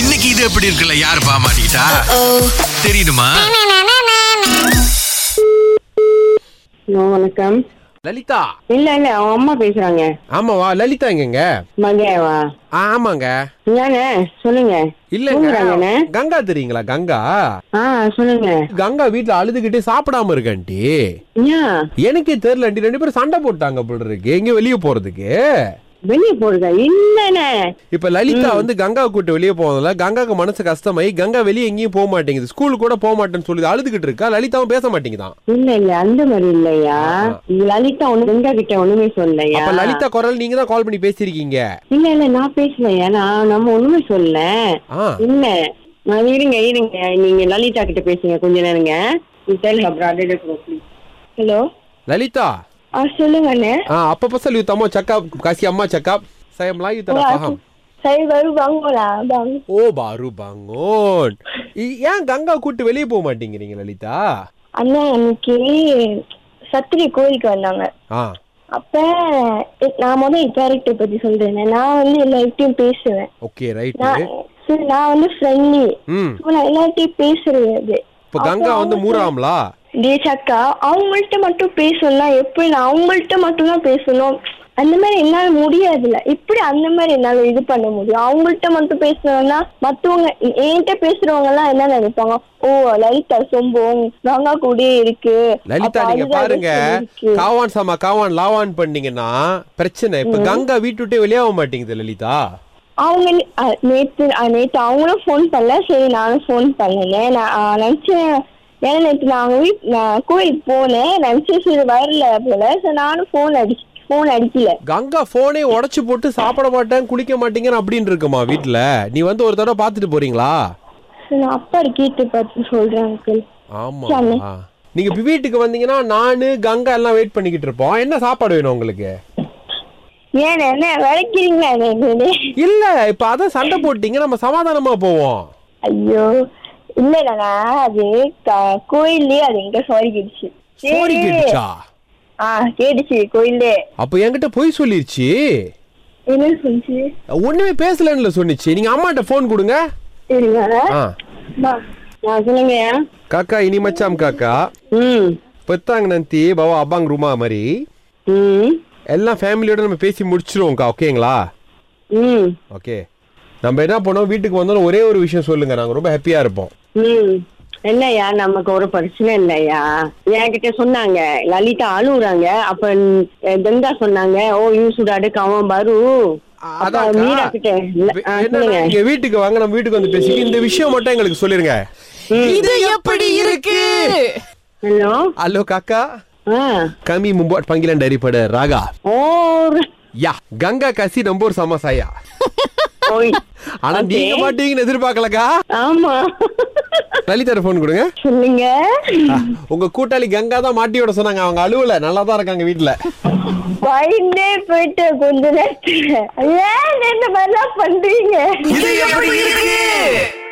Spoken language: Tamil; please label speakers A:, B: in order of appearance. A: இன்னைக்கு இது எப்படி இருக்குல்ல யாரு பாமாட்டா தெரியுமா
B: ஹலோ வணக்கம்
C: லலிதா
B: இல்ல இல்ல அவங்க அம்மா பேசுறாங்க
C: ஆமாவா லலிதா எங்கங்க
B: மகேவா
C: ஆ, ஆமாங்க
B: ஏங்க சொல்லுங்க
C: இல்லங்க
B: தூங்குறாங்கண்ணே.
C: கங்கா தெரியுங்களா கங்கா
B: ஆ சொல்லுங்க
C: கங்கா வீட்டுல அழுதுகிட்டே சாப்பிடாம இருக்கான்ட்டி
B: ஏன்
C: எனக்கே தெரியல ஆண்டி ரெண்டு பேரும் சண்டை போட்டாங்க போல இருக்கு எங்க வெளிய போறதுக்கு
B: வெளிய போடுங்க இல்லண்ணே
C: இப்ப லலிதா வந்து கங்கா கூட்டு வெளிய போனதுல கங்காக்கு மனசு கஷ்டமாயி கங்கா வெளிய எங்கேயும் போக மாட்டேங்குது ஸ்கூல் கூட போக மாட்டேன்னு சொல்லி அழுதுகிட்டு இருக்கா லலிதாவும் பேச மாட்டேங்குதான்
B: இல்ல இல்ல அந்த மாதிரி இல்லையா
C: ஆமா.
B: இது லலிதா ஒண்ணு கங்கா கிட்ட ஒண்ணுமே சொல்லலையா
C: அப்ப லலிதா குரல் நீங்க தான் கால் பண்ணி பேசிருக்கீங்க
B: இல்ல இல்ல நான் பேசலையா நான் நம்ம ஒண்ணுமே சொல்லல
C: ஆ
B: இல்ல நான் இருங்க இருங்க நீங்க லலிதா கிட்ட பேசுங்க கொஞ்ச நேரங்க ஹலோ
C: லலிதா
B: ஆ சொல்லுங்கண்ணே
C: ஆ அப்ப பசல் யூ தம்மோ சக்காப் காசி அம்மா சக்காப் சயம்லா யூ தர பஹம்
B: சரி வரும் வாங்கலாம் வாங்க
C: ஓ பாரு பங்கோன் இ- ஏன் கங்கா கூட்டு வெளியே போக மாட்டேங்கிறீங்க லலிதா
D: அண்ணா அன்னைக்கு சத்திரி கோயிலுக்கு வந்தாங்க
C: ஆ
D: அப்ப எ- நான் முதல் என் கேரக்டர் பத்தி சொல்றேன் நான் வந்து எல்லார்கிட்டயும் பேசுவேன்
C: ஓகே ரைட்
D: நான் சரி, நான் வந்து ஃப்ரெண்ட்லி
C: ம்
D: நான் எல்லார்கிட்டயும் பேசுறது அது
C: இப்ப கங்கா வந்து மூறாம்லா
D: டேச்சாக்கா அவங்கள்ட்ட மட்டும் பேசணும்னா எப்படி நான் அவங்கள்ட்ட மட்டும் தான் பேசணும் அந்த மாதிரி என்னால முடியாதுல்ல இப்படி அந்த மாதிரி என்னால இது பண்ண முடியும் அவங்கள்ட்ட மட்டும் பேசணும்னா மத்தவங்க என்கிட்ட பேசுறவங்க எல்லாம் என்ன நினைப்பாங்க ஓ லலிதா சொம்பம் நாங்க கூட இருக்கு
C: லலிதா
D: அப்ப
C: நீங்க
D: அதுதான்
C: பாருங்க
D: இருக்கு.
C: காவான் சாமா காவான் லாவான் பண்ணீங்கன்னா பிரச்சனை இப்ப கங்கா வீட்டு விட்டே வெளியே ஆக மாட்டேங்குது லலிதா
D: அவங்க நே- அ, நேத்து அ, நேத்து அவங்களும் ஃபோன் பண்ணல சரி நானும் ஃபோன் பண்ணேன் நான் அ, நினைச்சேன் ஏன்னா நேத்து நான் அவங்க வீட் நான் கோயிலுக்கு போனேன் நினைச்சேன் சரி வரல போல சோ நானும் ஃபோன் அடி ஃபோன் அடிக்கல
C: கங்கா போனே உடைச்சு போட்டு சாப்பிட மாட்டேன் குளிக்க மாட்டேங்கன்னு அப்படின்னு இருக்குமா வீட்டுல நீ வந்து ஒரு தடவை பாத்துட்டு போறீங்களா
D: So, நான் அப்பா கேட்டு பார்த்து சொல்றேன் uncle.
C: ஆமா நீங்க இப்ப வீட்டுக்கு வந்தீங்கன்னா நானு கங்கா எல்லாம் வெயிட் பண்ணிக்கிட்டு இருப்போம் என்ன சாப்பாடு வேணும் உங்களுக்கு
D: ஏன் என்ன விளக்கிறீங்களா என்ன என்னது?
C: இல்ல இப்ப அதான் சண்டை போட்டீங்க நம்ம சமாதானமா போவோம்
D: ஐயோ இல்ல இல்லண்ணா அது க- கோயில்லயே அது எங்க சாரி கேட்டுச்சு
C: சோரி கேட்டுச்சா
D: ஆ கேட்டுச்சு கோயிலே
C: அப்ப என்கிட்ட பொய் சொல்லிருச்சு
D: என்ன சொல்லுச்சு
C: ஒண்ணுமே பேசலன்னு சொன்னிச்சு நீங்க அம்மாட்ட போன் கொடுங்க
D: சரிங்க
C: ஆ.
B: நான் சொல்லுங்க
C: காக்கா இனி மச்சாம் காக்கா
B: ம்
C: பெத்தாங்க நந்தி பவா அப்பாங் ரூமா மாதிரி
B: ம்
C: எல்லாம் ஃபேமிலியோட நம்ம பேசி முடிச்சிருவோம்க்கா ஓகேங்களா
B: ம்
C: ஓகே நம்ம என்ன பண்ணோம் வீட்டுக்கு வந்தோம் ஒரே ஒரு விஷயம் சொல்லுங்க நாங்க ரொம்ப ஹாப்பியா இருப்போம்
B: ம் என்னய்யா நமக்கு ஒரு பிரச்சனை இல்லையா என்கிட்ட சொன்னாங்க லலிதா அழுகுறாங்க அப்ப அஹ், கங்கா சொன்னாங்க ஓ யூ சுடாடு கவன் பாரு
C: அ-
B: அப்ப
C: அதான்க்கா.
B: மீரா கிட்ட இல்ல- ஆ,
C: என்னன்னா,
B: சொல்லுங்க
C: நீங்க வீட்டுக்கு வாங்க நம்ம வீட்டுக்கு வந்து பேசி இந்த விஷயம் மட்டும் எங்களுக்கு சொல்லிருங்க
E: இது எப்படி இருக்கு
B: ஹலோ
C: ஹலோ காக்கா
B: ஆ
C: கமி மும்பாட் பங்கிலன் டைரி பட ராகா
B: ஓர்
C: யா கங்கா காசி நம்பூர் சமசாயா
B: ஓய்
C: ஆனா நீங்க மாட்டீங்கன்னு எதிர்பார்க்கலக்கா
B: ஆமா
C: லலிதா போன் கொடுங்க
B: சொல்லுங்க
C: உங்க கூட்டாளி கங்கா தான் மாட்டியோட சொன்னாங்க அவங்க அழுவல நல்லா தான் இருக்காங்க வீட்டுல
D: பயந்தே போயிட்டு கொஞ்ச நேரத்துல ஏன் இந்த மாதிரிலாம் பண்றீங்க
A: இது எப்படி இருக்கு